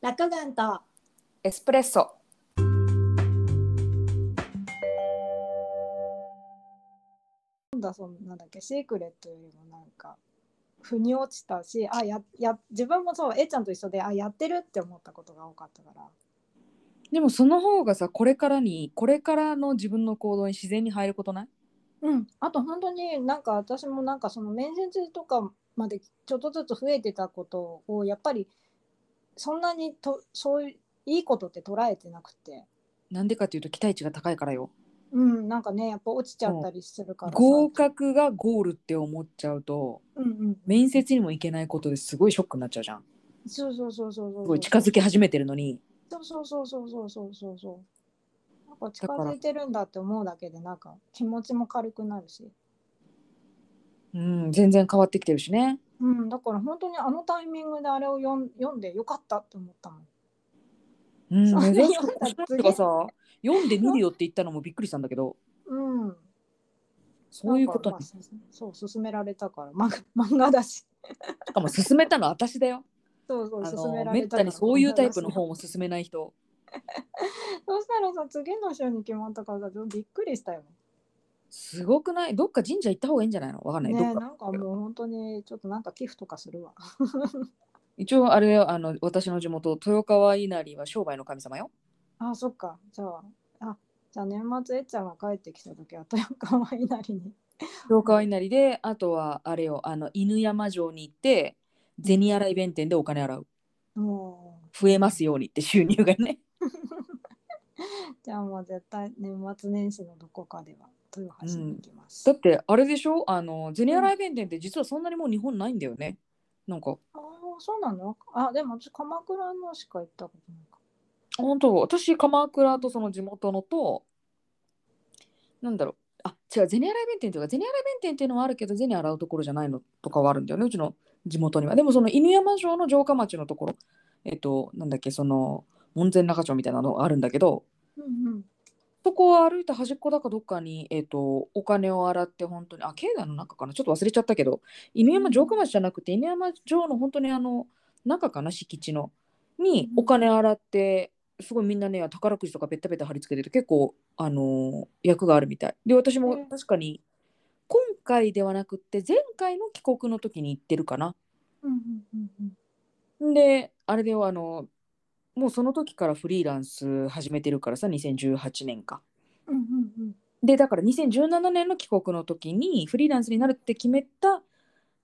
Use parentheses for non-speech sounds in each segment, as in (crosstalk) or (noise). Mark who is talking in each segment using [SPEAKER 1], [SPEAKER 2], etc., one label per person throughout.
[SPEAKER 1] ラッカガンと
[SPEAKER 2] エスプレッソ。
[SPEAKER 1] なんだそのなんだっけシークレットよりもなんか腑に落ちたしあやや自分もそうえいちゃんと一緒であやってるって思ったことが多かったから
[SPEAKER 2] でもその方がさこれからにこれからの自分の行動に自然に入ることない
[SPEAKER 1] うん、あと本当になんか私もなんかその面接とかまでちょっとずつ増えてたことをやっぱりそんなにとそういういいことって捉えてなくて、
[SPEAKER 2] なんでかっていうと期待値が高いからよ。
[SPEAKER 1] うん、なんかねやっぱ落ちちゃったりするからさ
[SPEAKER 2] 合格がゴールって思っちゃうと
[SPEAKER 1] うんうん、
[SPEAKER 2] 面接にも行けないことですごいショックになっちゃうじゃん。
[SPEAKER 1] そうそうそうそうそう
[SPEAKER 2] すごい近づき始めてるのに
[SPEAKER 1] そうそうそうそうそうそうそうそうなんか近づいてるんだって思うだけでなんか気持ちも軽くなるし、
[SPEAKER 2] うん全然変わってきてるしね。
[SPEAKER 1] うん、だから本当にあのタイミングであれを読ん読んでよかったって思ったもん。
[SPEAKER 2] うん
[SPEAKER 1] そう
[SPEAKER 2] 珍しく
[SPEAKER 1] 読んだ
[SPEAKER 2] この人がさ読んでみるよって言ったのもびっくりしたんだけど
[SPEAKER 1] うん
[SPEAKER 2] そういうこと
[SPEAKER 1] なん
[SPEAKER 2] に
[SPEAKER 1] かまあすそう勧められたから漫画漫画だし
[SPEAKER 2] しかも勧めたのは私だよ。
[SPEAKER 1] そうそう
[SPEAKER 2] あ
[SPEAKER 1] 勧め
[SPEAKER 2] の
[SPEAKER 1] ら
[SPEAKER 2] め
[SPEAKER 1] れ
[SPEAKER 2] ったたにそういうタイプの
[SPEAKER 1] 方
[SPEAKER 2] 本を勧めない人。
[SPEAKER 1] そうしたらさ次の週に決まったからさびっくりしたよ
[SPEAKER 2] すごくないどっか神社行った方がいいんじゃないのわかんない。
[SPEAKER 1] ね
[SPEAKER 2] どっ
[SPEAKER 1] え
[SPEAKER 2] か
[SPEAKER 1] なんかもう本当にちょっとなんか寄付とかするわ
[SPEAKER 2] 一応あれよあの私の地元豊川稲荷は商売の神様よ。
[SPEAKER 1] あそっかじゃああじゃあ年末えっちゃんが帰ってきた時は豊川稲荷に
[SPEAKER 2] 豊川稲荷であとはあれよあの犬山城に行って銭洗い弁天でお金洗う
[SPEAKER 1] も
[SPEAKER 2] 増えますようにって収入がね。
[SPEAKER 1] うじゃあもう絶対年末年始のどこかでは豊橋に行きます、
[SPEAKER 2] だってあれでしょあの銭洗い弁天って実はそんなにもう日本ないんだよね。なんか
[SPEAKER 1] ああそうなのあでも私鎌倉のしか行ったことないか
[SPEAKER 2] 本当私鎌倉とその地元のとなんだろうあ違う銭洗弁天というか銭洗弁天っていうのはあるけど銭洗うところじゃないのとかはあるんだよねうちの地元にはでもその犬山城の城下町のところえっとなんだっけその門前仲町みたいなのがあるんだけど
[SPEAKER 1] うんうん
[SPEAKER 2] そこを歩いた端っこだかどっかに、えっとお金を洗って本当にあ境内の中かなちょっと忘れちゃったけど犬山城下町じゃなくて犬山城の本当にあの中かな敷地のに
[SPEAKER 1] うん
[SPEAKER 2] お金洗ってすごいみんなね宝くじとかペタペタ貼り付けてて結構あのー役があるみたいで私も
[SPEAKER 1] うん
[SPEAKER 2] 確かに今回ではなくって前回の帰国の時に行ってるかな
[SPEAKER 1] うんうんうんうん
[SPEAKER 2] であれであのもうその時からフリーランス始めてるからさ2018年か
[SPEAKER 1] うんうんうん
[SPEAKER 2] でだから2017年の帰国の時にフリーランスになるって決めた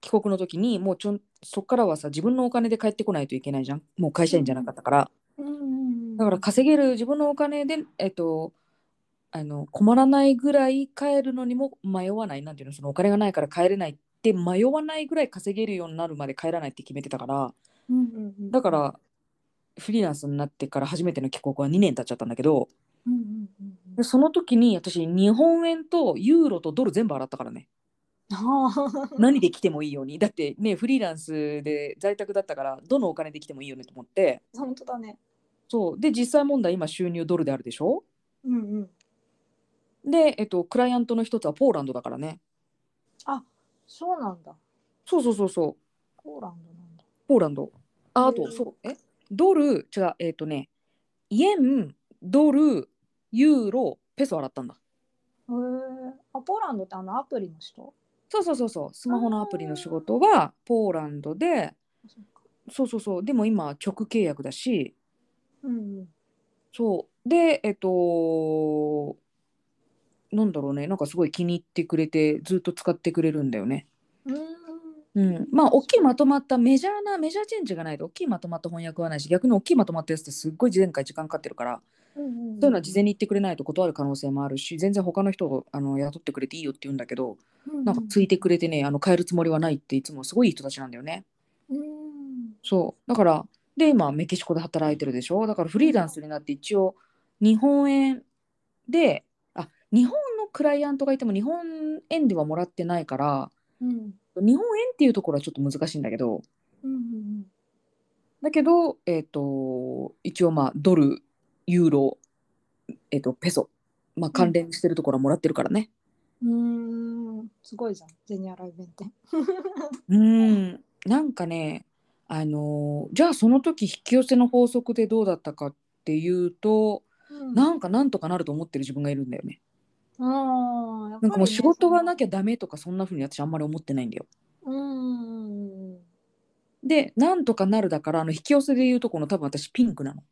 [SPEAKER 2] 帰国の時にもうちょんそっからはさ自分のお金で帰ってこないといけないじゃんもう会社員じゃなかったから、
[SPEAKER 1] うんうん
[SPEAKER 2] だから稼げる自分のお金でえっとあの困らないぐらい帰るのにも迷わないなんていうのそのお金がないから帰れないって迷わないぐらい稼げるようになるまで帰らないって決めてたから
[SPEAKER 1] うんうんうん、
[SPEAKER 2] だからフリーランスになってから初めての帰国は2年経っちゃったんだけど
[SPEAKER 1] うんうんうんう
[SPEAKER 2] でその時に私日本円とユーロとドル全部洗ったからね。
[SPEAKER 1] ん、ああ
[SPEAKER 2] 何で来てもいいようにだってねフリーランスで在宅だったからどのお金で来てもいいよねと思って
[SPEAKER 1] (laughs) 本当だね。
[SPEAKER 2] そうで実際問題今収入ドルであるでしょ
[SPEAKER 1] うんうん。
[SPEAKER 2] で、えっと、クライアントの一つはポーランドだからね
[SPEAKER 1] そうなんだ。
[SPEAKER 2] そうそうそうそう
[SPEAKER 1] ポーランドなんだ。
[SPEAKER 2] ポーランドああ
[SPEAKER 1] う
[SPEAKER 2] と
[SPEAKER 1] ん
[SPEAKER 2] そうえドル違うえっとねイエンドルユーロペソ洗ったんだ
[SPEAKER 1] へえ。あ、ポーランドってあのアプリの人。
[SPEAKER 2] そうそうそうそうスマホのアプリの仕事はポーランドで
[SPEAKER 1] そうか
[SPEAKER 2] そうそうそうでも今直契約だし
[SPEAKER 1] うんうん。
[SPEAKER 2] そうでえっとなんだろうねなんかすごい気に入ってくれてずっと使ってくれるんだよね。
[SPEAKER 1] うーん。
[SPEAKER 2] うん、まあ大きいまとまったメジャーなメジャーチェンジがないと大きいまとまった翻訳はないし逆に大きいまとまったやつってすっごい前回時間かかってるから
[SPEAKER 1] うんうん。
[SPEAKER 2] そういうのは事前に言ってくれないと断る可能性もあるし全然他の人をあの雇ってくれていいよって言うんだけど
[SPEAKER 1] うん
[SPEAKER 2] なんかついてくれてねあの変えるつもりはないっていつもすごいいい人たちなんだよね。
[SPEAKER 1] うん。うん。
[SPEAKER 2] そうだからで今メキシコで働いてるでしょだからフリーランスになって一応日本円であ日本のクライアントがいても日本円ではもらってないから
[SPEAKER 1] うん
[SPEAKER 2] 日本円っていうところはちょっと難しいんだけど
[SPEAKER 1] うんうん
[SPEAKER 2] だけどえっ、と一応まあドルユーロえっ、とペソまあ関連してるところはもらってるからね
[SPEAKER 1] うん。うーん。すごいじゃん。ゼニアライ弁天。
[SPEAKER 2] うんなんかねあのじゃあその時引き寄せの法則でどうだったかっていうと
[SPEAKER 1] うん
[SPEAKER 2] なんかなんとかなると思ってる自分がいるんだよね。
[SPEAKER 1] あーやっぱりね
[SPEAKER 2] なんかもう仕事はなきゃダメとかそんな風に私あんまり思ってないんだよ。
[SPEAKER 1] うん。
[SPEAKER 2] でなんとかなるだからあの引き寄せで言うとこの多分私ピンクなの。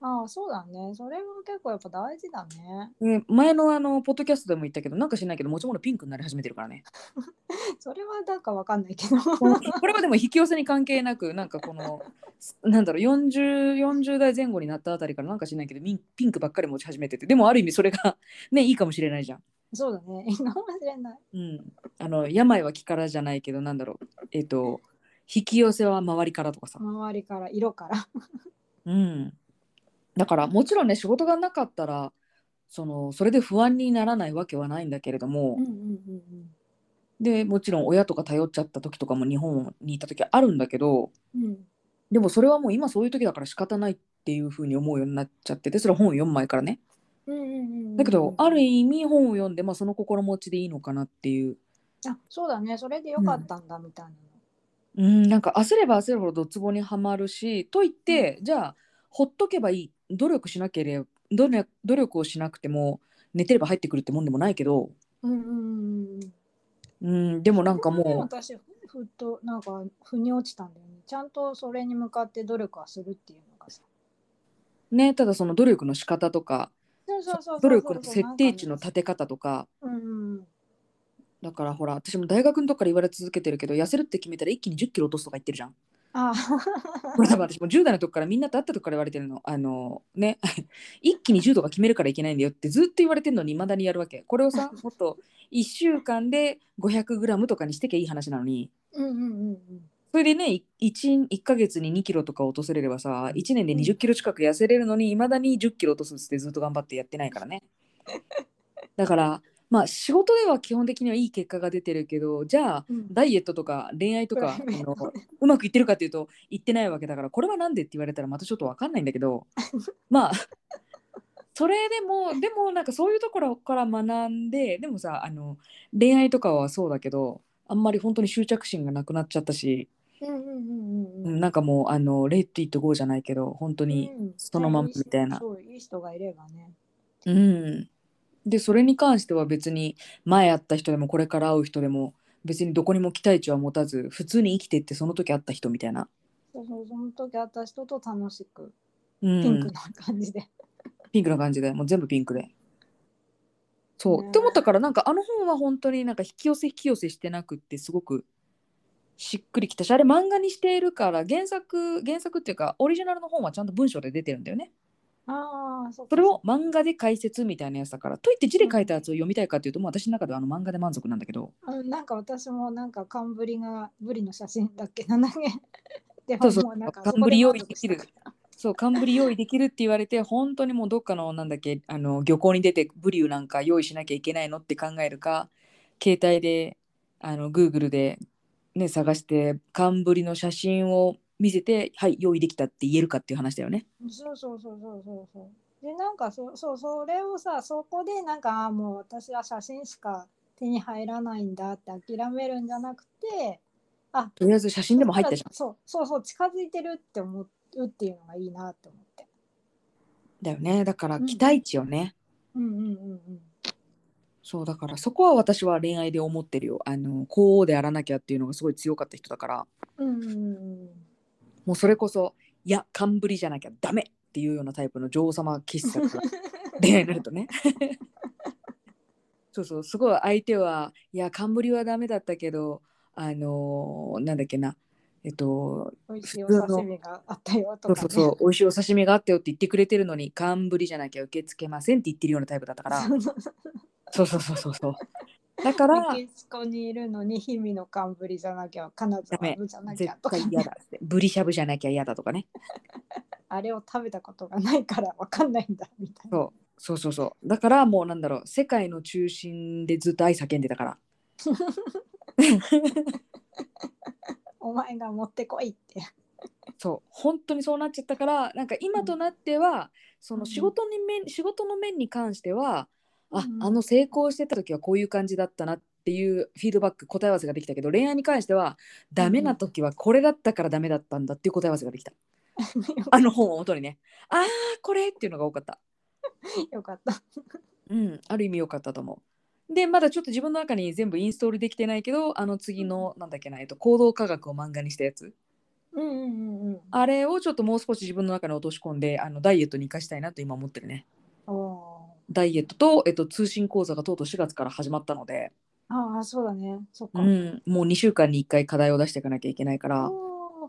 [SPEAKER 1] ああ、そうだね。それは結構やっぱ大事だね。
[SPEAKER 2] で前のあのポッドキャストでも言ったけどなんか知らないけど持ち物ピンクになり始めてるか
[SPEAKER 1] (laughs)
[SPEAKER 2] らね。
[SPEAKER 1] それはなんかわかんないけど。 (laughs)
[SPEAKER 2] これはでも引き寄せに関係なくなんかこのなんだろう 40, 40代前後になったあたりからなんか知らないけどミンピンクばっかり持ち始めててでもある意味それが (laughs) ねいいかもしれないじゃん。
[SPEAKER 1] そうだね。いいかもしれない。
[SPEAKER 2] うん、あの病は気からじゃないけどなんだろうえっ、と引き寄せは周りからとかさ、
[SPEAKER 1] 周りから、色から。
[SPEAKER 2] うん、だからもちろんね仕事がなかったらそのそれで不安にならないわけはないんだけれども、
[SPEAKER 1] うんうんうん
[SPEAKER 2] でもちろん親とか頼っちゃった時とかも日本にいた時あるんだけど
[SPEAKER 1] うん。うん。
[SPEAKER 2] でもそれはもう今そういう時だから仕方ないっていうふうに思うようになっちゃっててそれは本を読む前からね
[SPEAKER 1] うんうんうんうん
[SPEAKER 2] だけど、ある意味本を読んで、まあ、その心持ちでいいのかなっていう
[SPEAKER 1] あそうだねそれでよかったんだみたいな、
[SPEAKER 2] うん、なんか焦れば焦るほどドツボにはまるしと言って、じゃあほっとけばいい努力しなければ努力努力をしなくても寝てれば入ってくるってもんでもないけど、
[SPEAKER 1] うんうんうんうん
[SPEAKER 2] うん、でもなんか
[SPEAKER 1] それはね
[SPEAKER 2] も
[SPEAKER 1] 私ふふっとなんか腑に落ちたんだよねちゃんとそれに向かって努力はするっていうのがさ
[SPEAKER 2] うねただその努力の仕方とか
[SPEAKER 1] そうそうそう
[SPEAKER 2] 努力の設定値の
[SPEAKER 1] た
[SPEAKER 2] 立て方とか
[SPEAKER 1] うんうん
[SPEAKER 2] だからほら私も大学の時から言われ続けてるけど痩せるって決めたら一気に1 0キロ落とすとか言って
[SPEAKER 1] (laughs)
[SPEAKER 2] るじゃん。
[SPEAKER 1] あ
[SPEAKER 2] これ多分私も10代の時からみんなと会った時から言われてるの。あのね、 (laughs) 一気に10とか決めるからいけないんだよってずっと言われてるのにいまだにやるわけ。これ
[SPEAKER 1] (laughs)
[SPEAKER 2] をさ、もっと1週間で 500g とかにしてきゃいい話なのに。
[SPEAKER 1] うんうんうんうん
[SPEAKER 2] それでね、1, 1ヶ月に2キロとか落とせれればさ、1年で20キロ近く痩せれるのに、いまだに10キロ落とすっつってずっと頑張ってやってないからね。だから、まあ仕事では基本的にはいい結果が出てるけど、じゃあ
[SPEAKER 1] うん
[SPEAKER 2] ダイエットとか恋愛とかあ
[SPEAKER 1] プライベート
[SPEAKER 2] のうまくいってるかっていうといってないわけだからこれはなんでって言われたらまたちょっとわかんないんだけどまあそれでもでもなんかそういうところから学んででもさあの恋愛とかはそうだけどあんまり本当に執着心がなくなっちゃったし、
[SPEAKER 1] うんうんうん
[SPEAKER 2] う
[SPEAKER 1] うんん
[SPEAKER 2] なんかもうあのレッド・イット・ゴーじゃないけど本当に、
[SPEAKER 1] うん
[SPEAKER 2] そのまんまみたいな
[SPEAKER 1] そういい人がいればね
[SPEAKER 2] うん、でそれに関しては別に前会った人でもこれから会う人でも別にどこにも期待値は持たず普通に生きてってその時会った人みたいな。
[SPEAKER 1] そうそうその時会った人と楽しく
[SPEAKER 2] うん
[SPEAKER 1] ピンクな感じで、
[SPEAKER 2] ピンクな感じでもう全部ピンクで。そう、
[SPEAKER 1] ねえ
[SPEAKER 2] って思ったからなんかあの本は本当になんか引き寄せ引き寄せしてなくってすごくしっくりきたしあれ漫画にしているから原作原作っていうかオリジナルの本はちゃんと文章で出てるんだよね。
[SPEAKER 1] ああそっか
[SPEAKER 2] それを漫画で解説みたいなやつだからといって字で書いたやつを読みたいかっていうともう私の中ではあの漫画で満足なんだけど
[SPEAKER 1] うん、なんか私もなんか寒ブリがブリの写真だっけなんだっけで
[SPEAKER 2] そうそう
[SPEAKER 1] もなんか
[SPEAKER 2] 寒ブリ用意できる
[SPEAKER 1] そこ満足した
[SPEAKER 2] そう冠用意できるって言われて本当にもうどっかのなんだっけあの漁港に出てブリューなんか用意しなきゃいけないのって考えるか携帯であの Google で、ね、探して冠の写真を見せてはい用意できたって言えるかっていう話だよね。
[SPEAKER 1] そうそうそうそうそうそうでなんかそそうそれをさそこでなんかあーもう私は写真しか手に入らないんだって諦めるんじゃなくて
[SPEAKER 2] とりあえず写真でも入ったじゃん。
[SPEAKER 1] そうそうそう近づいてるって思うっていうのがいいなって思って
[SPEAKER 2] だよねだから
[SPEAKER 1] うん
[SPEAKER 2] 期待値よね。
[SPEAKER 1] うんうんうんうん
[SPEAKER 2] そうだからそこは私は恋愛で思ってるよ。あのこうであらなきゃっていうのがすごい強かった人だから
[SPEAKER 1] うんうんうんうん
[SPEAKER 2] もうそれこそいや冠じゃなきゃダメっていうようなタイプの女王様気質
[SPEAKER 1] (laughs)
[SPEAKER 2] だから。恋愛になるとね。そうそうすごい相手はいや冠はダメだったけどあのーなんだっけなえっと
[SPEAKER 1] 美味しいお刺身があったよと
[SPEAKER 2] そう
[SPEAKER 1] か、ね、
[SPEAKER 2] そうそう美味しいお刺身があったよって言ってくれてるのに冠じゃなきゃ受け付けませんって言ってるようなタイプだったからそうそうそうそうそうだから
[SPEAKER 1] メキシコにいるのに氷見の寒ぶりじゃなきゃ金沢のじゃなき
[SPEAKER 2] 絶
[SPEAKER 1] ゃとか
[SPEAKER 2] 対嫌だってブリしゃぶじゃなきゃ嫌だとかね
[SPEAKER 1] あれを食べたことがないからわかんないんだみたいな。
[SPEAKER 2] そうそうそうそうだからもうなんだろう世界の中心でずっと愛叫んでたから
[SPEAKER 1] お前が持ってこいって。
[SPEAKER 2] そう本当にそうなっちゃったからなんか今となっては、その仕事に面仕事の面に関しては、あ
[SPEAKER 1] うん
[SPEAKER 2] あの成功してた時はこういう感じだったなってっていうフィードバック答え合わせができたけど恋愛に関してはダメな時はこれだったからダメだったんだっていう答え合わせができた、あの本を元にねあーこれっていうのが多かった
[SPEAKER 1] よかった。
[SPEAKER 2] うんある意味良かったと思うでまだちょっと自分の中に全部インストールできてないけどあの次のなんだっけな、えっと、行動科学を漫画にしたやつ
[SPEAKER 1] うんうんうんうん。
[SPEAKER 2] あれをちょっともう少し自分の中に落とし込んであのダイエットに生かしたいなと今思ってるね
[SPEAKER 1] おお
[SPEAKER 2] ダイエットと、えっと、通信講座がとうとう4月から始まったので、
[SPEAKER 1] ー。ああ、そうだね。そっか。
[SPEAKER 2] うん、もう2週間に1回課題を出していかなきゃいけないから、
[SPEAKER 1] おー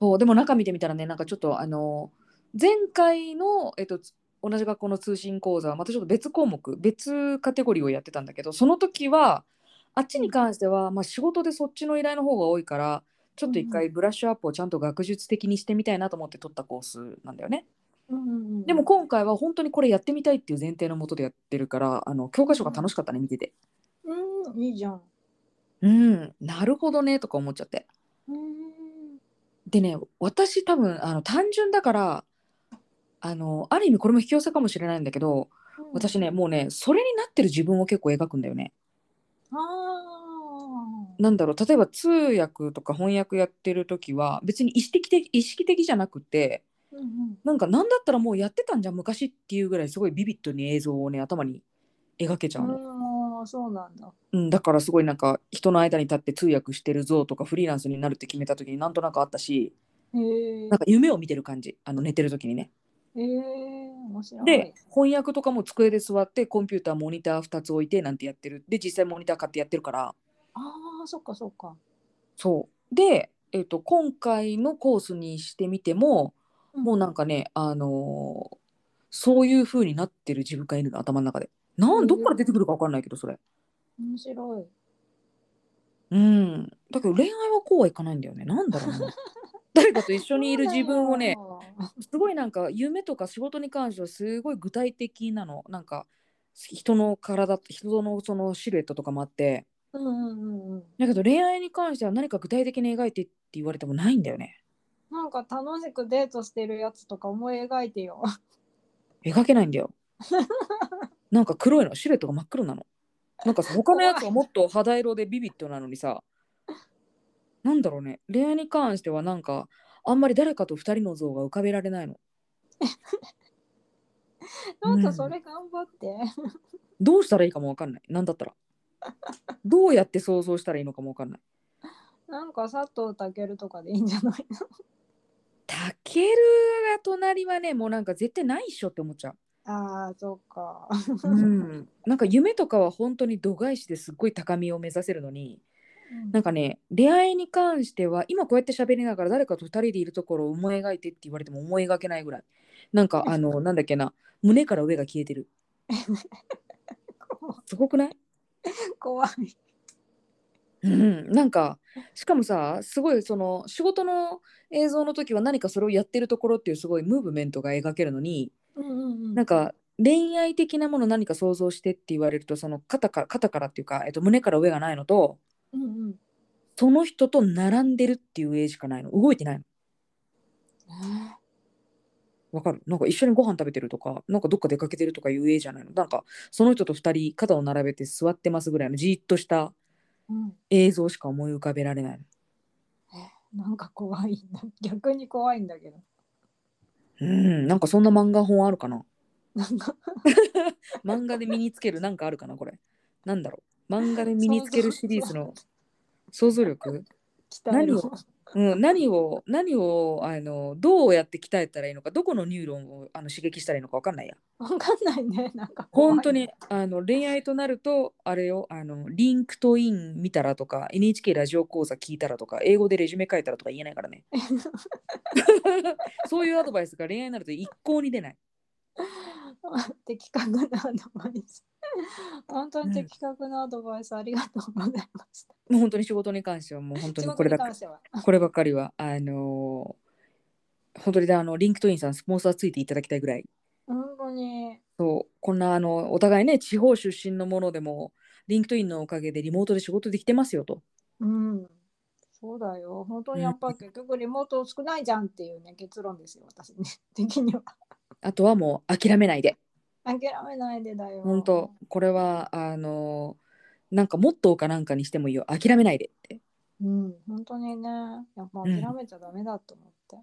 [SPEAKER 2] そうでも中見てみたらねなんかちょっとあの前回の、えっと、つ同じ学校の通信講座はまたちょっと別項目別カテゴリーをやってたんだけどその時はあっちに関しては、まあ、仕事でそっちの依頼の方が多いからちょっと一回ブラッシュアップをちゃんと学術的にしてみたいなと思って取ったコースなんだよね。
[SPEAKER 1] うんうんうん、
[SPEAKER 2] でも今回は本当にこれやってみたいっていう前提のもとでやってるからあの教科書が楽しかったね見てて。
[SPEAKER 1] うん、いいじゃん。
[SPEAKER 2] うんなるほどねとか思っちゃって。
[SPEAKER 1] うん。
[SPEAKER 2] でね私多分あの単純だからあのある意味これも引き寄せかもしれないんだけど私ねもうねそれになってる自分を結構描くんだよね。
[SPEAKER 1] ああ。
[SPEAKER 2] なんだろう例えば通訳とか翻訳やってる時は別に意識的意識的じゃなくて
[SPEAKER 1] うんうん。
[SPEAKER 2] なんか何だったらもうやってたんじゃん昔っていうぐらいすごいビビッドに映像をね頭に描けちゃうの。
[SPEAKER 1] うん、そうなんだ。
[SPEAKER 2] うん、だからすごいなんか人の間に立って通訳してるぞとかフリーランスになるって決めた時になんとなくあったし
[SPEAKER 1] へえ
[SPEAKER 2] なん。か夢を見てる感じあの寝てる時にね。
[SPEAKER 1] へえ。面白い。
[SPEAKER 2] で翻訳とかも机で座ってコンピューターモニター2つ置いてなんてやってるで実際モニター買ってやってるから
[SPEAKER 1] ああ、そっかそっか。
[SPEAKER 2] そうで、えっと今回のコースにしてみてももうなんかね、あのーそういう風になってる自分がいるの頭の中でな
[SPEAKER 1] うん
[SPEAKER 2] んどっから出てくるか分かんないけどそれ
[SPEAKER 1] 面白い。
[SPEAKER 2] うんだけど恋愛はこうはいかないんだよねなんだろうな誰かと一緒にいる自分をねすごいなんか夢とか仕事に関してはすごい具体的なのなんか人の体人のそのシルエットとかもあって
[SPEAKER 1] そうなんだ。うんうんうんうん。
[SPEAKER 2] だけど恋愛に関しては何か具体的に描いてって言われてもないんだよね
[SPEAKER 1] なんか楽しくデートしてるやつとか思い描いてよ。
[SPEAKER 2] 描けないんだ (laughs) よなんか黒いのシルエットが真っ黒なのなんかさ他のやつはもっと肌色でビビッドなのにさなんだろうね恋愛に関してはなんかあんまり誰かと2人の像が浮かべられないの
[SPEAKER 1] ちょっとそれ頑張って。
[SPEAKER 2] どうしたらいいかも分かんないなんだったらどうやって想像したらいいのかも分かんない
[SPEAKER 1] なんか佐藤健とかでいいんじゃ
[SPEAKER 2] (laughs)
[SPEAKER 1] ない
[SPEAKER 2] タケルが隣はねもうなんか絶対ないっしょって思っちゃう、
[SPEAKER 1] ああ、そっか。
[SPEAKER 2] うん、なんか夢とかは本当に度外視ですっごい高みを目指せるのになんかね恋愛に関しては今こうやって喋りながら誰かと2人でいるところを思い描いてって言われても思い描けないぐらいなんかあのなんだっけな胸から上が消えてるすごくない
[SPEAKER 1] 怖い。
[SPEAKER 2] うん、なんかしかもさすごいその仕事の映像の時は何かそれをやってるところっていうすごいムーブメントが描けるのに
[SPEAKER 1] うんうんうん。
[SPEAKER 2] なんか恋愛的なもの何か想像してって言われるとその肩から肩からっていうか、えっと、胸から上がないのと
[SPEAKER 1] うんうん。
[SPEAKER 2] その人と並んでるっていう絵しかないの動いてないのわかるなんか一緒にご飯食べてるとかなんかどっか出かけてるとかいう絵じゃないのなんかその人と2人肩を並べて座ってますぐらいのじーっとした
[SPEAKER 1] うん。
[SPEAKER 2] 映像しか思い浮かべられないの
[SPEAKER 1] なんか怖いな。逆に怖いんだけど。
[SPEAKER 2] うんなんかそんな漫画本あるかな
[SPEAKER 1] なんか
[SPEAKER 2] (laughs) 漫画で身につけるなんかあるかなこれなんだろう漫画で身につけるシリーズの想像力
[SPEAKER 1] 鍛える
[SPEAKER 2] 何をうん、何を何をあのどうやって鍛えたらいいのかどこのニューロンをあの刺激したらいいのか分かんないや
[SPEAKER 1] わかんないね。なんか怖い
[SPEAKER 2] 本当に。あの恋愛となるとあれよあのリンクトイン見たらとか NHK ラジオ講座聞いたらとか英語でレジュメ書いたらとか言えないか
[SPEAKER 1] (laughs)
[SPEAKER 2] らねそういうアドバイスが恋愛になると一向に出ない
[SPEAKER 1] (laughs) 的確なアドバイス。本当に的確なアドバイスありがとうございました。
[SPEAKER 2] もう本当に仕事に関してはもう本当にこれ
[SPEAKER 1] 仕事に
[SPEAKER 2] だ
[SPEAKER 1] 関
[SPEAKER 2] け
[SPEAKER 1] しては。
[SPEAKER 2] こればっかりはあのー本当にねあのリンクトインさんスポンサーついていただきたいぐらい
[SPEAKER 1] 本当に。
[SPEAKER 2] そうこんなあのお互いね地方出身のものでもリンクトインのおかげでリモートで仕事できてますよと
[SPEAKER 1] うん。そうだよ。本当にやっぱ結局リモート少ないじゃんっていうね、結論ですよ、私ね。 (laughs) 的には。
[SPEAKER 2] あとはもう諦めないで
[SPEAKER 1] 諦めないでだよ。
[SPEAKER 2] 本当これはあのなんかモットーかなんかにしてもいいよ諦めないでって
[SPEAKER 1] うん、本当にね、やっぱ諦めちゃダメだと思って。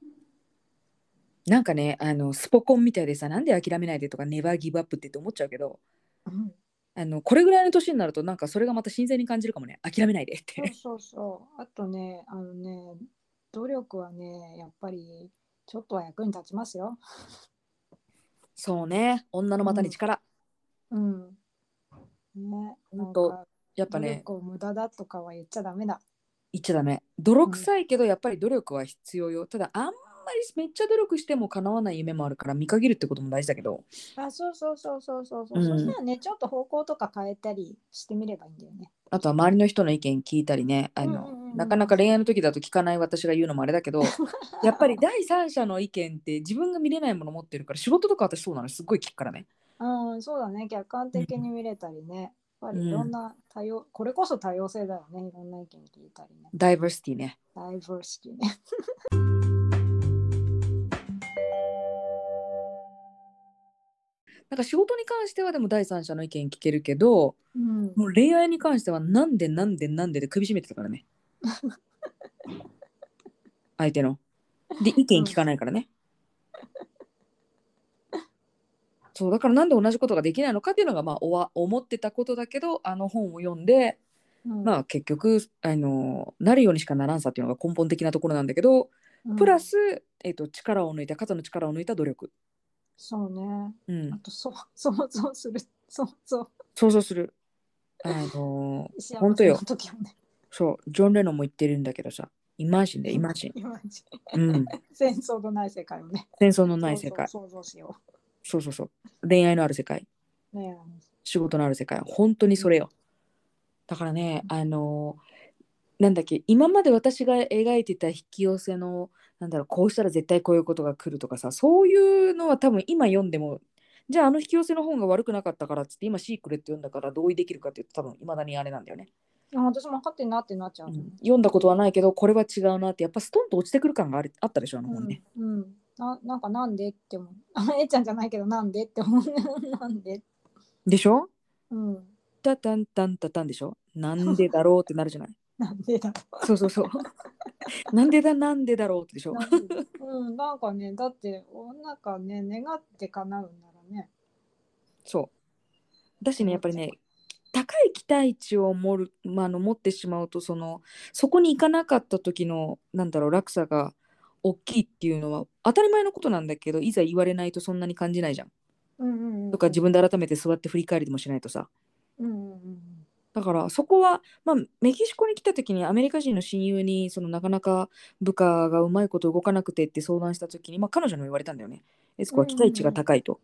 [SPEAKER 2] なんかねあのスポコンみたいでさなんで諦めないでとかネバーギブアップってって思っちゃうけど
[SPEAKER 1] うん、
[SPEAKER 2] あのこれぐらいの年になるとなんかそれがまた新鮮に感じるかもね諦めないでっ
[SPEAKER 1] そう
[SPEAKER 2] て
[SPEAKER 1] そうそう。あとね、あのね、努力はね、やっぱりちょっとは役に立ちますよ。
[SPEAKER 2] そうね女の股に力、
[SPEAKER 1] うん。ね、なん
[SPEAKER 2] 本当
[SPEAKER 1] か
[SPEAKER 2] やっぱ
[SPEAKER 1] 努
[SPEAKER 2] ね
[SPEAKER 1] 力を無駄だとかは言っちゃダメだ。
[SPEAKER 2] 言っちゃダメ泥臭いけどやっぱり努力は必要よただあんまりめっちゃ努力しても叶わない夢もあるから見限るってことも大事だけど
[SPEAKER 1] あ、そうそうそうそうそうそう。
[SPEAKER 2] うん
[SPEAKER 1] そしたらね、ちょっと方向とか変えたりしてみればいいんだよね。
[SPEAKER 2] あとは周りの人の意見聞いたりねあの、
[SPEAKER 1] うんうんうん
[SPEAKER 2] なかなか恋愛の時だと聞かない私が言うのもあれだ
[SPEAKER 1] (laughs)
[SPEAKER 2] けどやっぱり第三者の意見って自分が見れないもの持ってるから仕事とか私そうなのすっごい聞くからね
[SPEAKER 1] うん、そうだね。客観的に見れたりね。やっぱりいろんな多様、これこそ多様性だよね。いろんな意見聞いたりね。
[SPEAKER 2] ダイバーシティね
[SPEAKER 1] ダイバーシティね。
[SPEAKER 2] なんか仕事に関してはでも第三者の意見聞けるけど
[SPEAKER 1] うん。
[SPEAKER 2] もう恋愛に関してはなんでなんでなんでで首絞めてたからね相手ので意見聞かないからね、そうだからなんで同じことができないのかっていうのがまあおわ思ってたことだけどあの本を読んでまあ結局あのなるようにしかならんさっていうのが根本的なところなんだけど
[SPEAKER 1] うん
[SPEAKER 2] プラス、えっと力を抜いた肩の力を抜いた努力、
[SPEAKER 1] そうね。
[SPEAKER 2] うん
[SPEAKER 1] あ、と、そう、想像する。想像。
[SPEAKER 2] 想像するあの
[SPEAKER 1] 幸
[SPEAKER 2] 本当
[SPEAKER 1] せ
[SPEAKER 2] よ
[SPEAKER 1] な時をね。
[SPEAKER 2] そうジョン・レノンも言ってるんだけどさイマジンでイマジン、
[SPEAKER 1] 今じ
[SPEAKER 2] うん、
[SPEAKER 1] 戦争のない世界をね。
[SPEAKER 2] 戦争のない世界
[SPEAKER 1] 想像想像しよ
[SPEAKER 2] そうそうそう恋愛のある世界
[SPEAKER 1] う。ね
[SPEAKER 2] 仕事のある世界本当にそれよだからねあのなんだっけ今まで私が描いてた引き寄せのなんだろうこうしたら絶対こういうことが来るとかさそういうのは多分今読んでもじゃああの引き寄せの本が悪くなかったからっつって今シークレット読んだから同意できるかっていうと多分いまだにあれなんだよね、
[SPEAKER 1] え。あ私も分かってんなってなっちゃう。
[SPEAKER 2] 読んだことはないけどこれは違うなってやっぱストンと落ちてくる感があるあったでしょあの
[SPEAKER 1] う
[SPEAKER 2] 本ね
[SPEAKER 1] ん、。うん。ななんかなんでって思う。あえいちゃんじゃないけどなんでって思う。 (laughs) なんで
[SPEAKER 2] でしょ
[SPEAKER 1] うん。
[SPEAKER 2] タタンタンタタンでしょなんでだろうってなるじゃない
[SPEAKER 1] なんでだろ
[SPEAKER 2] そうそうそう。なんでだなんでだろうってでしょ
[SPEAKER 1] う。。なんでうん。なんかね、だって、なんかね、願って叶うんならね。
[SPEAKER 2] そう。だしねやっぱりね高い期待値を持る、まあ、あの持ってしまうとそのそこに行かなかった時のなんだろう落差が大きいっていうのは当たり前のことなんだけどいざ言われないとそんなに感じないじゃん。
[SPEAKER 1] うんうんうん。
[SPEAKER 2] とか自分で改めて座って振り返りでもしないとさ。
[SPEAKER 1] うんうんうん。
[SPEAKER 2] だからそこは、まあ、メキシコに来た時にアメリカ人の親友にそのなかなか部下がうまいこと動かなくてって相談した時に、まあ、彼女にも言われたんだよね。エスコは期待値が高いと。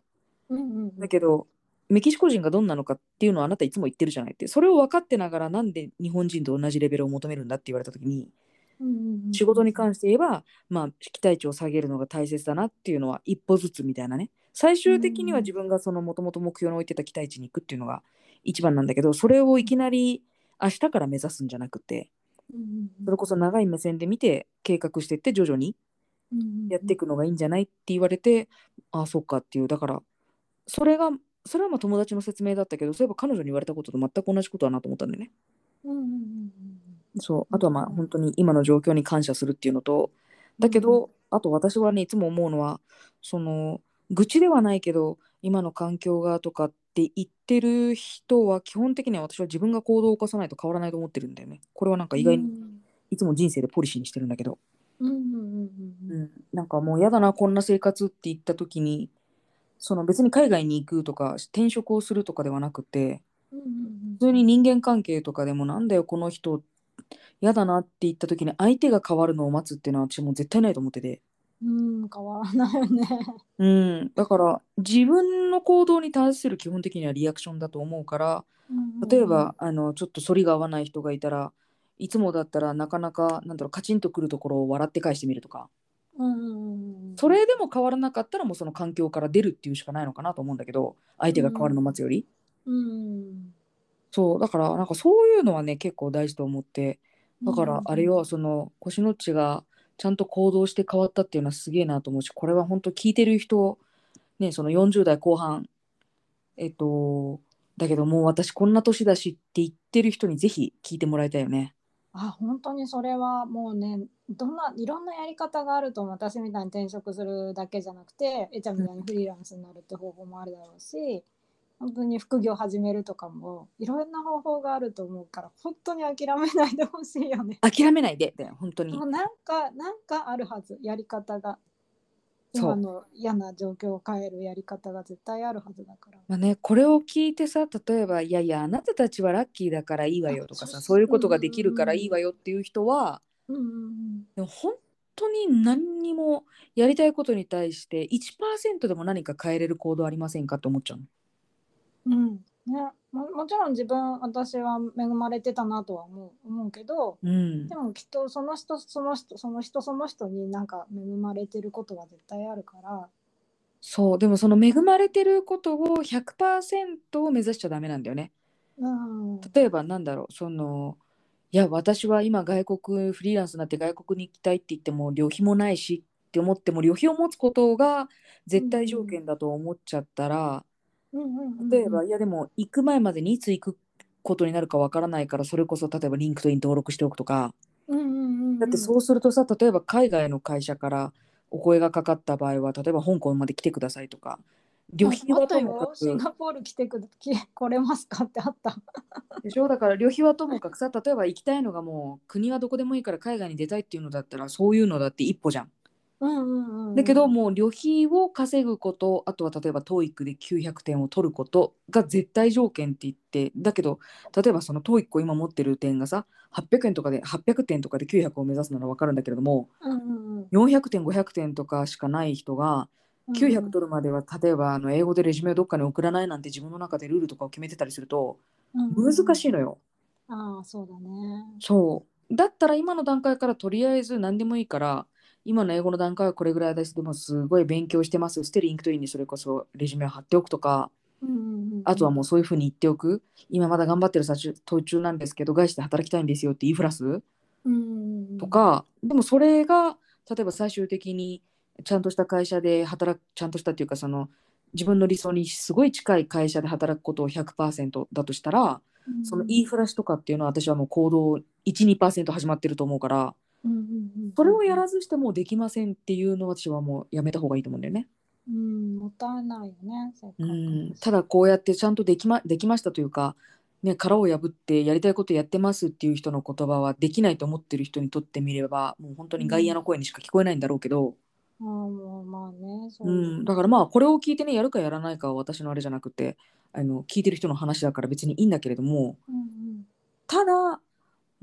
[SPEAKER 1] うんうんうん
[SPEAKER 2] だけどメキシコ人がどんなのかっていうのはあなたいつも言ってるじゃないってそれを分かってながらなんで日本人と同じレベルを求めるんだって言われた時に仕事に関して言えば、まあ、期待値を下げるのが大切だなっていうのは一歩ずつみたいなね最終的には
[SPEAKER 1] うん
[SPEAKER 2] 自分がそのもともと目標に置いてた期待値に行くっていうのが一番なんだけどそれをいきなり明日から目指すんじゃなくてそれこそ長い目線で見て計画してって徐々にやっていくのがいいんじゃないって言われて、ああそっかっていうだからそれがそれはまあ友達の説明だったけどそういえば彼女に言われたことと全く同じことだなと思ったんでね
[SPEAKER 1] うんうんうん
[SPEAKER 2] そうあとはまあ本当に今の状況に感謝するっていうのとだけど、あと私はねいつも思うのはその愚痴ではないけど今の環境がとかって言ってる人は基本的には私は自分が行動を起こさないと変わらないと思ってるんだよねこれはなんか意外
[SPEAKER 1] う
[SPEAKER 2] に
[SPEAKER 1] ん
[SPEAKER 2] いつも人生でポリシーにしてるんだけど
[SPEAKER 1] うんうんうん
[SPEAKER 2] うん、なんかもう嫌だなこんな生活って言った時にその別に海外に行くとか転職をするとかではなくて
[SPEAKER 1] うんうん
[SPEAKER 2] 普通に人間関係とかでもなんだよこの人嫌だなって言った時に相手が変わるのを待つっていうのは私もう絶対ないと思ってて、
[SPEAKER 1] うんうん変わらないよね
[SPEAKER 2] うん、だから自分の行動に対する基本的にはリアクションだと思うから例えば、あのちょっと反りが合わない人がいたらいつもだったらなかなかなんだろうカチンとくるところを笑って返してみるとか
[SPEAKER 1] うんうんうん
[SPEAKER 2] それでも変わらなかったらもうその環境から出るっていうしかないのかなと思うんだけど相手が変わるのを待つより、
[SPEAKER 1] うん
[SPEAKER 2] そうだからなんかそういうのはね結構大事と思ってだか
[SPEAKER 1] うん
[SPEAKER 2] ら
[SPEAKER 1] うん
[SPEAKER 2] あれはその腰の血がちゃんと行動して変わったっていうのはすげえなと思うしこれは本当聞いてる人ねその40代後半えっとだけどもう私こんな年だしって言ってる人にぜひ聞いてもらいたいよね。
[SPEAKER 1] あ本当にそれはもうねどんないろんなやり方があると思う私みたいに転職するだけじゃなくてえちゃんみたいにフリーランスになるって方法もあるだろうし本当に副業始めるとかもいろんな方法があると思うから本当に諦めないでほしいよね。
[SPEAKER 2] 諦めないでだよ本当に
[SPEAKER 1] もう。なんかなんかあるはずやり方が
[SPEAKER 2] そう
[SPEAKER 1] 今の嫌な状況を変えるやり方が絶対あるはずだから。
[SPEAKER 2] まあね、これを聞いてさ例えば「いやいやあなたたちはラッキーだからいいわよ」とか
[SPEAKER 1] あそ
[SPEAKER 2] さ
[SPEAKER 1] う
[SPEAKER 2] そういうことができるからいいわよっていう人は
[SPEAKER 1] うんうんうん
[SPEAKER 2] でも本当に何にもやりたいことに対して1%でも何か変えれる行動ありませんかって思っちゃうの。
[SPEAKER 1] うんね、ももちろん自分私は恵まれてたなとは思う思うけど
[SPEAKER 2] うん
[SPEAKER 1] で、もきっとその人その人その人その人になんか恵まれてることは絶対あるから
[SPEAKER 2] そうでもその恵まれてることを100%を目指しちゃダメなんだよね。
[SPEAKER 1] うん
[SPEAKER 2] 例えばなんだろうそのいや私は今外国フリーランスになって外国に行きたいって言っても旅費もないしって思っても旅費を持つことが絶対条件だと思っちゃったら、
[SPEAKER 1] うんうんうん
[SPEAKER 2] 例えばいやでも行く前までにいつ行くことになるかわからないからそれこそ例えばリンクトイン登録しておくとか
[SPEAKER 1] うんうんうん
[SPEAKER 2] だってそうするとさ例えば海外の会社からお声がかかった場合は例えば香港まで来てくださいとか旅費
[SPEAKER 1] ああ
[SPEAKER 2] は
[SPEAKER 1] った
[SPEAKER 2] ともか
[SPEAKER 1] よ
[SPEAKER 2] く
[SPEAKER 1] シンガポール来てく来 (laughs) 来れますかってあった
[SPEAKER 2] でしょだから旅費はともかくさ例えば行きたいのがもう国はどこでもいいから海外に出たいっていうのだったらそういうのだって一歩じゃん。
[SPEAKER 1] うんうんうん
[SPEAKER 2] だけどもう旅費を稼ぐことあとは例えば TOEIC で900点を取ることが絶対条件って言ってだけど例えばその TOEIC を今持ってる点がさ800円とかで800点とかで900を目指すなら分かるんだけれども
[SPEAKER 1] うんうんうん
[SPEAKER 2] 400点500点とかしかない人が900ドルまでは例えばあの英語でレジュメをどっかに送らないなんて自分の中でルールとかを決めてたりすると難し
[SPEAKER 1] い
[SPEAKER 2] いのよ。
[SPEAKER 1] ああそうだね
[SPEAKER 2] そうだったら今の段階からとりあえず何でもいいから今の英語の段階はこれぐらいですでもすごい勉強してますステリンクトインにそれこそレジュメを貼っておくとか
[SPEAKER 1] うんうんうん
[SPEAKER 2] あとはもうそういうふうに言っておく今まだ頑張ってる最中途中なんですけど外資で働きたいんですよって言いふらす
[SPEAKER 1] うんうんうん
[SPEAKER 2] とかでもそれが例えば最終的にちゃんとした会社で働くちゃんとしたっていうかその自分の理想にすごい近い会社で働くことを100%だとしたら
[SPEAKER 1] うん
[SPEAKER 2] その言いふらしとかっていうのは私はもう行動12%始まってると思うから
[SPEAKER 1] うんうんうん
[SPEAKER 2] それをやらずしてもうできませんっていうのは私はもうやめた方がいいと思うんだよね。
[SPEAKER 1] うんもったいないよねせっかく
[SPEAKER 2] うん、ただこうやってちゃんとできまできましたというか、ね、殻を破ってやりたいことやってますっていう人の言葉はできないと思ってる人にとってみればもう本当に外野の声にしか聞こえないんだろうけど、、
[SPEAKER 1] ああもうまあねそううん
[SPEAKER 2] だからまあこれを聞いてねやるかやらないかは私のあれじゃなくてあの聞いてる人の話だから別にいいんだけれども
[SPEAKER 1] うんうん
[SPEAKER 2] ただ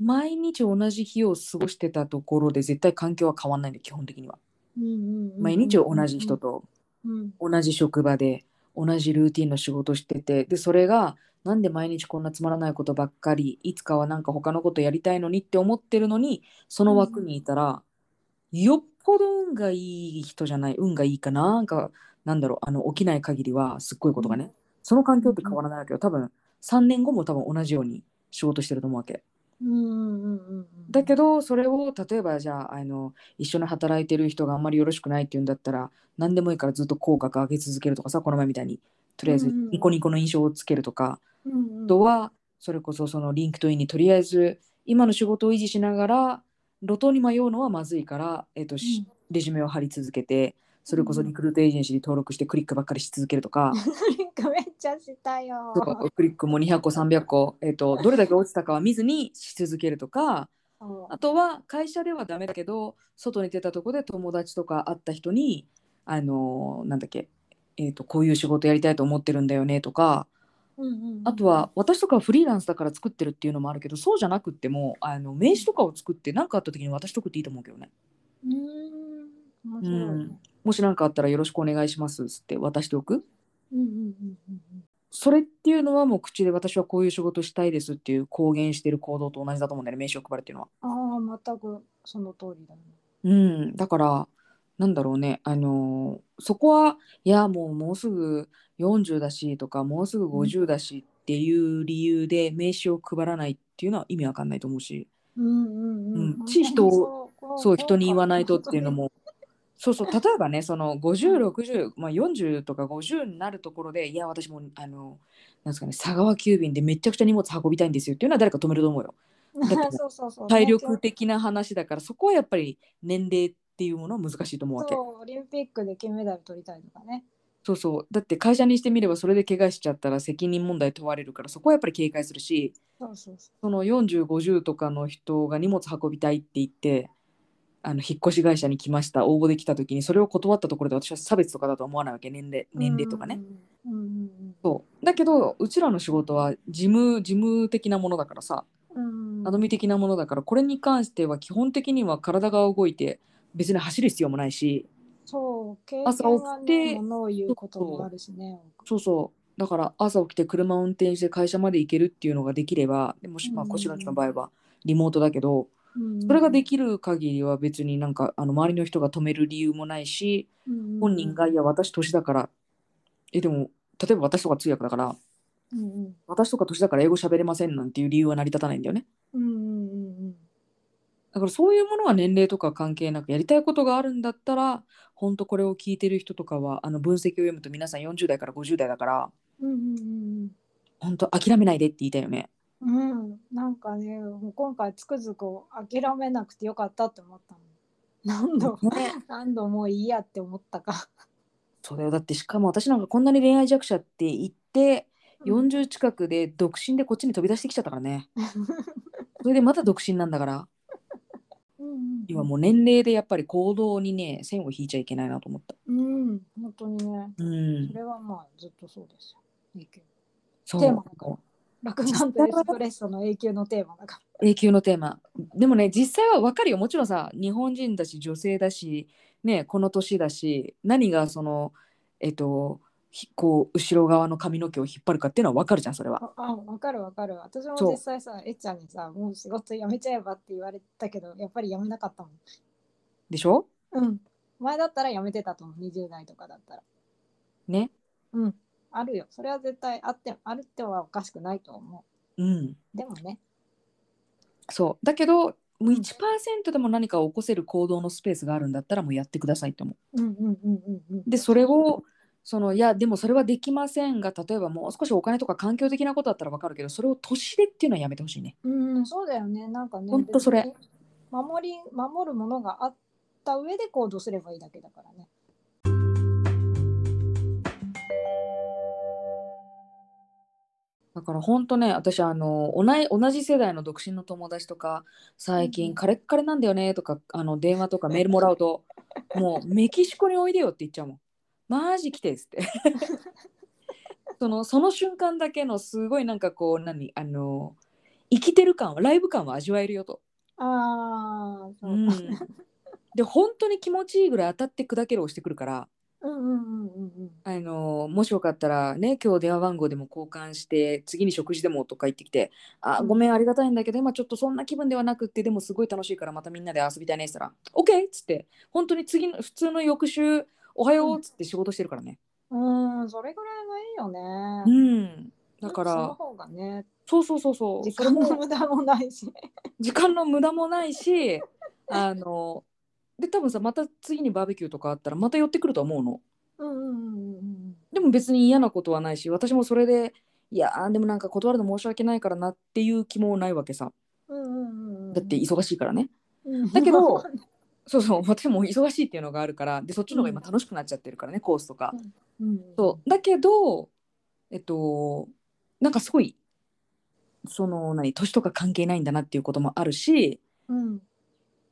[SPEAKER 2] 毎日同じ日を過ごしてたところで絶対環境は変わんないんで基本的には。
[SPEAKER 1] うんうんうん
[SPEAKER 2] 毎日同じ人と
[SPEAKER 1] うん
[SPEAKER 2] 同じ職場で同じルーティンの仕事しててでそれがなんで毎日こんなつまらないことばっかりいつかはなんか他のことやりたいのにって思ってるのにその枠にいたら、よっぽど運がいい人じゃない運がいいかななんかなんだろうあの起きない限りはすっごいことがね、
[SPEAKER 1] うん
[SPEAKER 2] その環境って変わらないわけよ多分3年後も多分同じように仕事してると思うわけ。
[SPEAKER 1] うんうんうんうん
[SPEAKER 2] だけどそれを例えばじゃああの一緒に働いてる人があんまりよろしくないっていうんだったら何でもいいからずっと口角上げ続けるとかさこの前みたいにとりあえず
[SPEAKER 1] うんうん
[SPEAKER 2] ニコニコの印象をつけるとか、
[SPEAKER 1] うんうん
[SPEAKER 2] あとはそれこそそのリンクトインにとりあえず今の仕事を維持しながら路頭に迷うのはまずいから、えっとしレジュメを貼り続けてそれこそリクルートエージェンシーに登録してクリックばっかりし続けると
[SPEAKER 1] (laughs)
[SPEAKER 2] か。
[SPEAKER 1] リンクめっちゃしたよ
[SPEAKER 2] と。かクリックも200個300個、えっとどれだけ落ちたかは見ずにし続けるとか、
[SPEAKER 1] そ
[SPEAKER 2] あとは会社ではダメだけど外に出たとこで友達とか会った人にあのーなんだっけ、えー、とこういう仕事やりたいと思ってるんだよねとか
[SPEAKER 1] ううんうんうん
[SPEAKER 2] あとは私とかはフリーランスだから作ってるっていうのもあるけどそうじゃなくってもあの名刺とかを作って何かあった時に私とくっていいと思うけどね。
[SPEAKER 1] うーん面白いね。
[SPEAKER 2] もし何かあったらよろしくお願いしますっつって渡しておく
[SPEAKER 1] うんうんうんうんうん。
[SPEAKER 2] それっていうのはもう口で私はこういう仕事したいですっていう公言してる行動と同じだと思うんだよね名刺を配るっていうのは。
[SPEAKER 1] ああ全くその通りだね。
[SPEAKER 2] うん、だからなんだろうね、あのーそこはいやもうもうすぐ40だしとかもうすぐ50だしっていう理由で名刺を配らないっていうのは意味わかんないと思うし、
[SPEAKER 1] うんうんう
[SPEAKER 2] うん
[SPEAKER 1] ん。
[SPEAKER 2] し人を
[SPEAKER 1] 本当に (laughs)
[SPEAKER 2] そう人に言わないとっていうの
[SPEAKER 1] も。
[SPEAKER 2] もそうそう例えばねその5060、まあ、40とか50になるところでいや私もうあのなんですかね佐川急便でめちゃくちゃ荷物運びたいんですよっていうのは誰か止めると思うよ。だって
[SPEAKER 1] そうそうそう
[SPEAKER 2] 体力的な話だからそこはやっぱり年齢っていうものは難しいと思うわけ。
[SPEAKER 1] そうオリンピックで金メダル取りたいとかね
[SPEAKER 2] そうそうだって会社にしてみればそれで怪我しちゃったら責任問題問われるからそこはやっぱり警戒するし
[SPEAKER 1] そうそうそ
[SPEAKER 2] その4050とかの人が荷物運びたいって言ってあの引っ越し会社に来ました応募できた時にそれを断ったところで私は差別とかだとは思わないわけ年齢
[SPEAKER 1] う
[SPEAKER 2] 年齢とかね。
[SPEAKER 1] うんうん
[SPEAKER 2] そうだけどうちらの仕事は事務事務的なものだからさ
[SPEAKER 1] うんうん
[SPEAKER 2] アドミ的なものだからこれに関しては基本的には体が動いて別に走る必要もないし
[SPEAKER 1] そう経
[SPEAKER 2] 朝
[SPEAKER 1] 験が
[SPEAKER 2] 起きて
[SPEAKER 1] ねものを言うこともあるしね
[SPEAKER 2] そうそうだから朝起きて車運転して会社まで行けるっていうのができればでもし、まあ、
[SPEAKER 1] うん
[SPEAKER 2] 腰の人の場合はリモートだけどそ
[SPEAKER 1] そ
[SPEAKER 2] れができる限りは別になんかあの周りの人が止める理由もないし本人が「いや私年だから」えでも例えば私とか通訳だから
[SPEAKER 1] うんうん
[SPEAKER 2] 私とか年だから英語喋れませんなんていう理由は成り立たないんだよね。
[SPEAKER 1] うんうんうんうん
[SPEAKER 2] だからそういうものは年齢とか関係なくやりたいことがあるんだったら本当これを聞いてる人とかはあの分析を読むと皆さん40代から50代だから
[SPEAKER 1] うんうん
[SPEAKER 2] 本当諦めないでって言いたいよね。
[SPEAKER 1] うんうんなんかねもう今回つくづく諦めなくてよかったって思ったの何度も何度もういいやって思ったか
[SPEAKER 2] そうだよだってしかも私なんかこんなに恋愛弱者って言って40近くで独身でこっちに飛び出してきちゃったからね。それでまた独身なんだから
[SPEAKER 1] うんうん
[SPEAKER 2] 今もう年齢でやっぱり行動にね線を引いちゃいけないなと思った。
[SPEAKER 1] うん本当にね
[SPEAKER 2] うん
[SPEAKER 1] そ、れはまあずっとそうですよ永久
[SPEAKER 2] そう
[SPEAKER 1] テーマだから楽なんとエスプレッソの永久のテーマだか
[SPEAKER 2] 永久のテーマでもね実際は分かるよもちろんさ日本人だし女性だしねこの年だし何がそのえっとひこう後ろ側の髪の毛を引っ張るかっていうのは分かるじゃんそれは。
[SPEAKER 1] らあわかるわかる私も
[SPEAKER 2] そう
[SPEAKER 1] 実際さえっちゃんにさもう仕事辞めちゃえばって言われたけどやっぱり辞めなかったもん
[SPEAKER 2] でしょ
[SPEAKER 1] うん前だったら辞めてたと思う20代とかだったら
[SPEAKER 2] ね。
[SPEAKER 1] うんあるよそれは絶対あってあるってはおかしくないと思
[SPEAKER 2] うん。
[SPEAKER 1] うでもね
[SPEAKER 2] そうだけどもううん1%でも何かを起こせる行動のスペースがあるんだったらもうやってくださいと思
[SPEAKER 1] うんうんうんうんうん
[SPEAKER 2] う。でそれをそのいやでもそれはできませんが例えばもう少しお金とか環境的なことだったら分かるけどそれを年でっていうのはやめてほしいね。
[SPEAKER 1] うんそうだよねなんかね
[SPEAKER 2] ほんとそれ
[SPEAKER 1] 別に守り守るものがあった上で行動すればいいだけだからね
[SPEAKER 2] だから本当ね私あの同い同じ世代の独身の友達とか最
[SPEAKER 1] う
[SPEAKER 2] 近
[SPEAKER 1] ん
[SPEAKER 2] カレッカレなんだよねとかあの電話とかメールもらうともうメキシコにおいでよって言っちゃうもんマジ来てっつって (laughs) そのその瞬間だけのすごいなんかこう何あの生きてる感はライブ感は味わえるよと、
[SPEAKER 1] ああそう
[SPEAKER 2] うん、で本当に気持ちいいぐらい当たって砕けるをしてくるから
[SPEAKER 1] うんうんうんうん
[SPEAKER 2] あのもしよかったらね今日電話番号でも交換して次に食事でもとか言ってきて「あ
[SPEAKER 1] うん
[SPEAKER 2] ごめんありがたいんだけど今ちょっとそんな気分ではなくってでもすごい楽しいからまたみんなで遊びたいね」っつったら「OK」っつって本当に次の普通の翌週「おはよう」っつって仕事してるからね。
[SPEAKER 1] うん。うーん、それぐらいがいいよ
[SPEAKER 2] う
[SPEAKER 1] ね。
[SPEAKER 2] ん、だか
[SPEAKER 1] その
[SPEAKER 2] ら
[SPEAKER 1] 方がね、
[SPEAKER 2] そうそうそうそう
[SPEAKER 1] 時
[SPEAKER 2] それ
[SPEAKER 1] 間の
[SPEAKER 2] も
[SPEAKER 1] 無駄もないし。
[SPEAKER 2] 時間の無駄もないしあので多分さまた次にバーベキューとかあったらまた寄ってくると思うの。
[SPEAKER 1] (laughs) うんうんうんうん
[SPEAKER 2] でも別に嫌なことはないし私もそれでいやーでもなんか断るの申し訳ないからなっていう気もないわけさ
[SPEAKER 1] うんうんうん。
[SPEAKER 2] だって、忙しいからね、
[SPEAKER 1] うん、
[SPEAKER 2] だ
[SPEAKER 1] (laughs)
[SPEAKER 2] けどそうそう私も忙しいっていうのがあるからでそっちの方が今
[SPEAKER 1] うん
[SPEAKER 2] 楽しくなっちゃってるからね、コースとか、
[SPEAKER 1] うん、
[SPEAKER 2] そうだけどえっとなんかすごいその何年とか関係ないんだなっていうこともあるし
[SPEAKER 1] う。うん。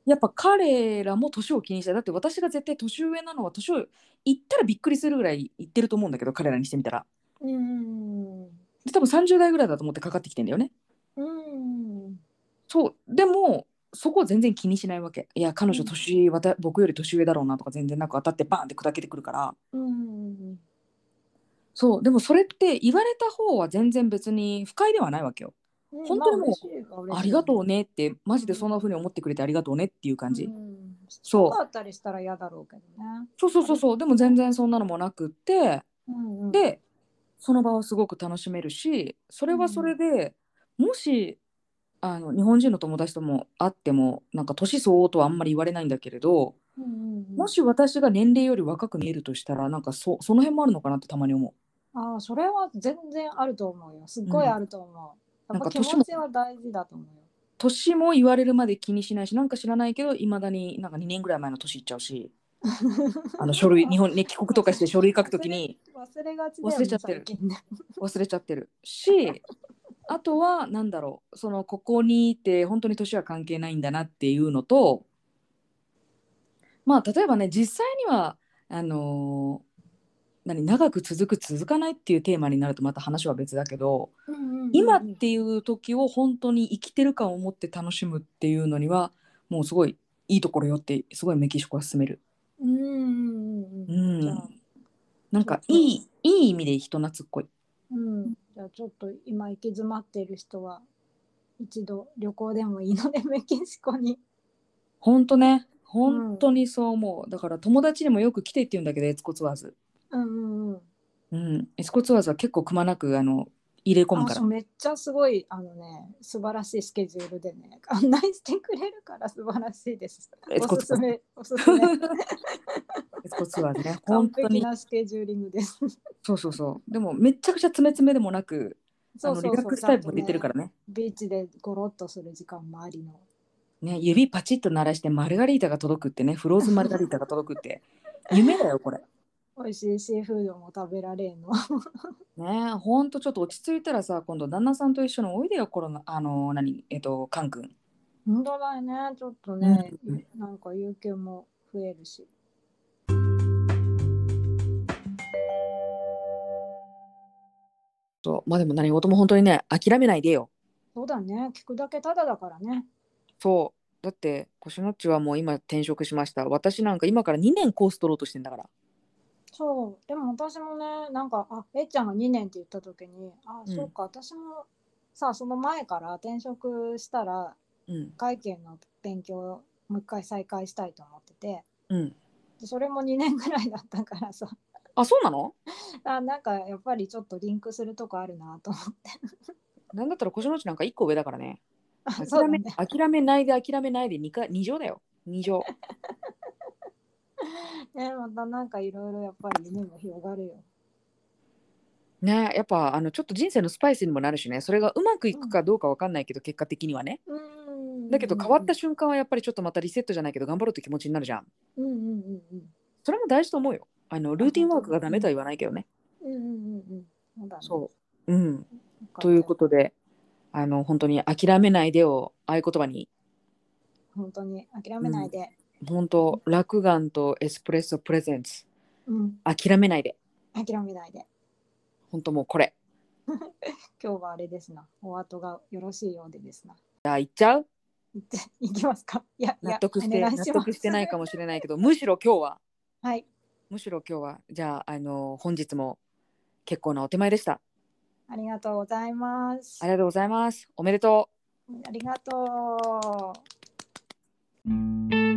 [SPEAKER 2] やっぱ彼らも年を気にしてだって私が絶対年上なのは年を言ったらびっくりするぐらい言ってると思うんだけど彼らにしてみたら
[SPEAKER 1] うんうんうん
[SPEAKER 2] で多分30代ぐらいだと思ってかかってきてんだよね
[SPEAKER 1] うん。うん。
[SPEAKER 2] そうでもそこを全然気にしないわけいや彼女年、わた僕より年上だろうなとか全然なく当たってバーンって砕けてくるから
[SPEAKER 1] うん。
[SPEAKER 2] そうでもそれって言われた方は全然別に不快ではないわけよ、本当にもう
[SPEAKER 1] も
[SPEAKER 2] ありがと
[SPEAKER 1] う
[SPEAKER 2] うねってマジでそんな風に思ってくれてありがとうねっていう感じ、
[SPEAKER 1] うん、
[SPEAKER 2] そう
[SPEAKER 1] だったりしたら嫌だろうけどね。
[SPEAKER 2] そうそうそうそうでも全然そんなのもなくって
[SPEAKER 1] うんうん、
[SPEAKER 2] でその場をすごく楽しめるしそれはそれで、もしあの日本人の友達とも会ってもなんか年相応とはあんまり言われないんだけれど
[SPEAKER 1] うんうん、
[SPEAKER 2] もし私が年齢より若く見えるとしたらなんかそその辺もあるのかなってたまに思
[SPEAKER 1] ああそれは全然あると思うよすっごいあると思う、
[SPEAKER 2] うん
[SPEAKER 1] やっぱ気
[SPEAKER 2] なんか年も
[SPEAKER 1] 持ちは大事だと思うよ
[SPEAKER 2] う年も言われるまで気にしないしなんか知らないけどいまだになんか2年ぐらい前の年いっちゃうしあの書類日本ね帰国とかして書類書くときに
[SPEAKER 1] (laughs) 忘れがちだよね
[SPEAKER 2] 忘れちゃってる
[SPEAKER 1] 最近ね
[SPEAKER 2] 忘れちゃってるしあとはなんだろうそのここにいて本当に年は関係ないんだなっていうのとまあ例えばね実際にはあのー何長く続く続かないっていうテーマになるとまた話は別だけど
[SPEAKER 1] うんうんうん
[SPEAKER 2] (laughs) 今っていう時を本当に生きてる感を持って楽しむっていうのにはもうすごいいいところよってすごいメキシコは勧める。
[SPEAKER 1] うんうんうん
[SPEAKER 2] う
[SPEAKER 1] うん
[SPEAKER 2] ん
[SPEAKER 1] じゃあ、
[SPEAKER 2] なんかいいいい意味で人懐っこい。
[SPEAKER 1] うん、じゃあちょっと今行き詰まっている人は一度旅行でもいいのでメキシコに
[SPEAKER 2] 本当ね本当にそう思う、だから友達にもよく来てって言うんだけどエツコツワーズ、
[SPEAKER 1] うんうんうん
[SPEAKER 2] うん、エツコツワーズは結構くまなくあの入れ込む
[SPEAKER 1] あ
[SPEAKER 2] か
[SPEAKER 1] そ
[SPEAKER 2] ら
[SPEAKER 1] うめっちゃすごいあのね素晴らしいスケジュールでね案内してくれるから素晴らしいです
[SPEAKER 2] え
[SPEAKER 1] おすすめおすすめ
[SPEAKER 2] (laughs) エツコツワーズね
[SPEAKER 1] (laughs)
[SPEAKER 2] 本
[SPEAKER 1] 完
[SPEAKER 2] 当
[SPEAKER 1] 璧
[SPEAKER 2] に
[SPEAKER 1] なスケジューリングです
[SPEAKER 2] そうそうそうでもめちゃくちゃ詰め詰めでもなくあ
[SPEAKER 1] そう
[SPEAKER 2] の
[SPEAKER 1] そ
[SPEAKER 2] リ
[SPEAKER 1] う
[SPEAKER 2] ラ
[SPEAKER 1] そ
[SPEAKER 2] ッ
[SPEAKER 1] う
[SPEAKER 2] クスタイプも出てるかららね
[SPEAKER 1] ビーチでゴロッとする時間もありの
[SPEAKER 2] ね指パチッと鳴らしてマルガリータが届くってねフローズンマルガリータが届くって
[SPEAKER 1] (laughs)
[SPEAKER 2] 夢だよこれ
[SPEAKER 1] 美味しいシーフードも食べられんの (laughs)
[SPEAKER 2] ねほんとちょっと落ち着いたらさ今度旦那さんと一緒においでよコロナあの何えっとカン君
[SPEAKER 1] 本当だよねちょっとね、
[SPEAKER 2] うん
[SPEAKER 1] なんか有給も増えるし
[SPEAKER 2] そうまあでも何事も本当にね諦めないでよ
[SPEAKER 1] そうだね聞くだけタダだからね
[SPEAKER 2] そうだって腰のっちはもう今転職しました私なんか今から2年コース取ろうとしてんだから
[SPEAKER 1] そうでも私もねなんかあえっちゃんが2年って言った時にあ、
[SPEAKER 2] うん
[SPEAKER 1] そうか私もさその前から転職したら
[SPEAKER 2] うん
[SPEAKER 1] 会計の勉強をもう一回再開したいと思ってて
[SPEAKER 2] うん
[SPEAKER 1] でそれも2年ぐらいだったからさ (laughs)
[SPEAKER 2] あそうなの
[SPEAKER 1] あなんかやっぱりちょっとリンクするとこあるなと思って
[SPEAKER 2] なんだったら腰のっちなんか1個上だからね
[SPEAKER 1] あ (laughs) そう
[SPEAKER 2] 諦
[SPEAKER 1] だ
[SPEAKER 2] め,、
[SPEAKER 1] ね
[SPEAKER 2] 諦めないで諦めないで 2, か2乗だよ2乗
[SPEAKER 1] ねまたなんかいろいろやっぱり夢も広がるよ
[SPEAKER 2] ねやっぱあのちょっと人生のスパイスにもなるしねそれがうまくいくかどうかわかんないけど、結果的にはね
[SPEAKER 1] うん
[SPEAKER 2] だけど変わった瞬間はやっぱりちょっとまたリセットじゃないけど頑張ろうって気持ちになるじゃん
[SPEAKER 1] うんうんうんうん
[SPEAKER 2] それも大事と思うよあのルーティンワークがダメとは言わないけどね
[SPEAKER 1] うんうんうんうんそうだね
[SPEAKER 2] そううん
[SPEAKER 1] よかった
[SPEAKER 2] ということで、あの本当に諦めないでを合言葉に、
[SPEAKER 1] 本当に諦めないで、
[SPEAKER 2] 本当落眼とエスプレッソプレゼンツ、
[SPEAKER 1] うん、
[SPEAKER 2] 諦めないで、
[SPEAKER 1] 諦めないで
[SPEAKER 2] 本当もうこれ。
[SPEAKER 1] 今日はあれですな。お後がよろしいようでですな。
[SPEAKER 2] じゃあ行っちゃう
[SPEAKER 1] いっていきますか。いや、いや
[SPEAKER 2] 納得して
[SPEAKER 1] お願い
[SPEAKER 2] 納
[SPEAKER 1] ます
[SPEAKER 2] 得してないかもしれないけど、むしろ今日は
[SPEAKER 1] はい。
[SPEAKER 2] むしろ今日はじゃああの本日も結構なお手前でした。
[SPEAKER 1] ありがとうございます
[SPEAKER 2] あり。がとうございます。おめでとう。
[SPEAKER 1] ありがとう。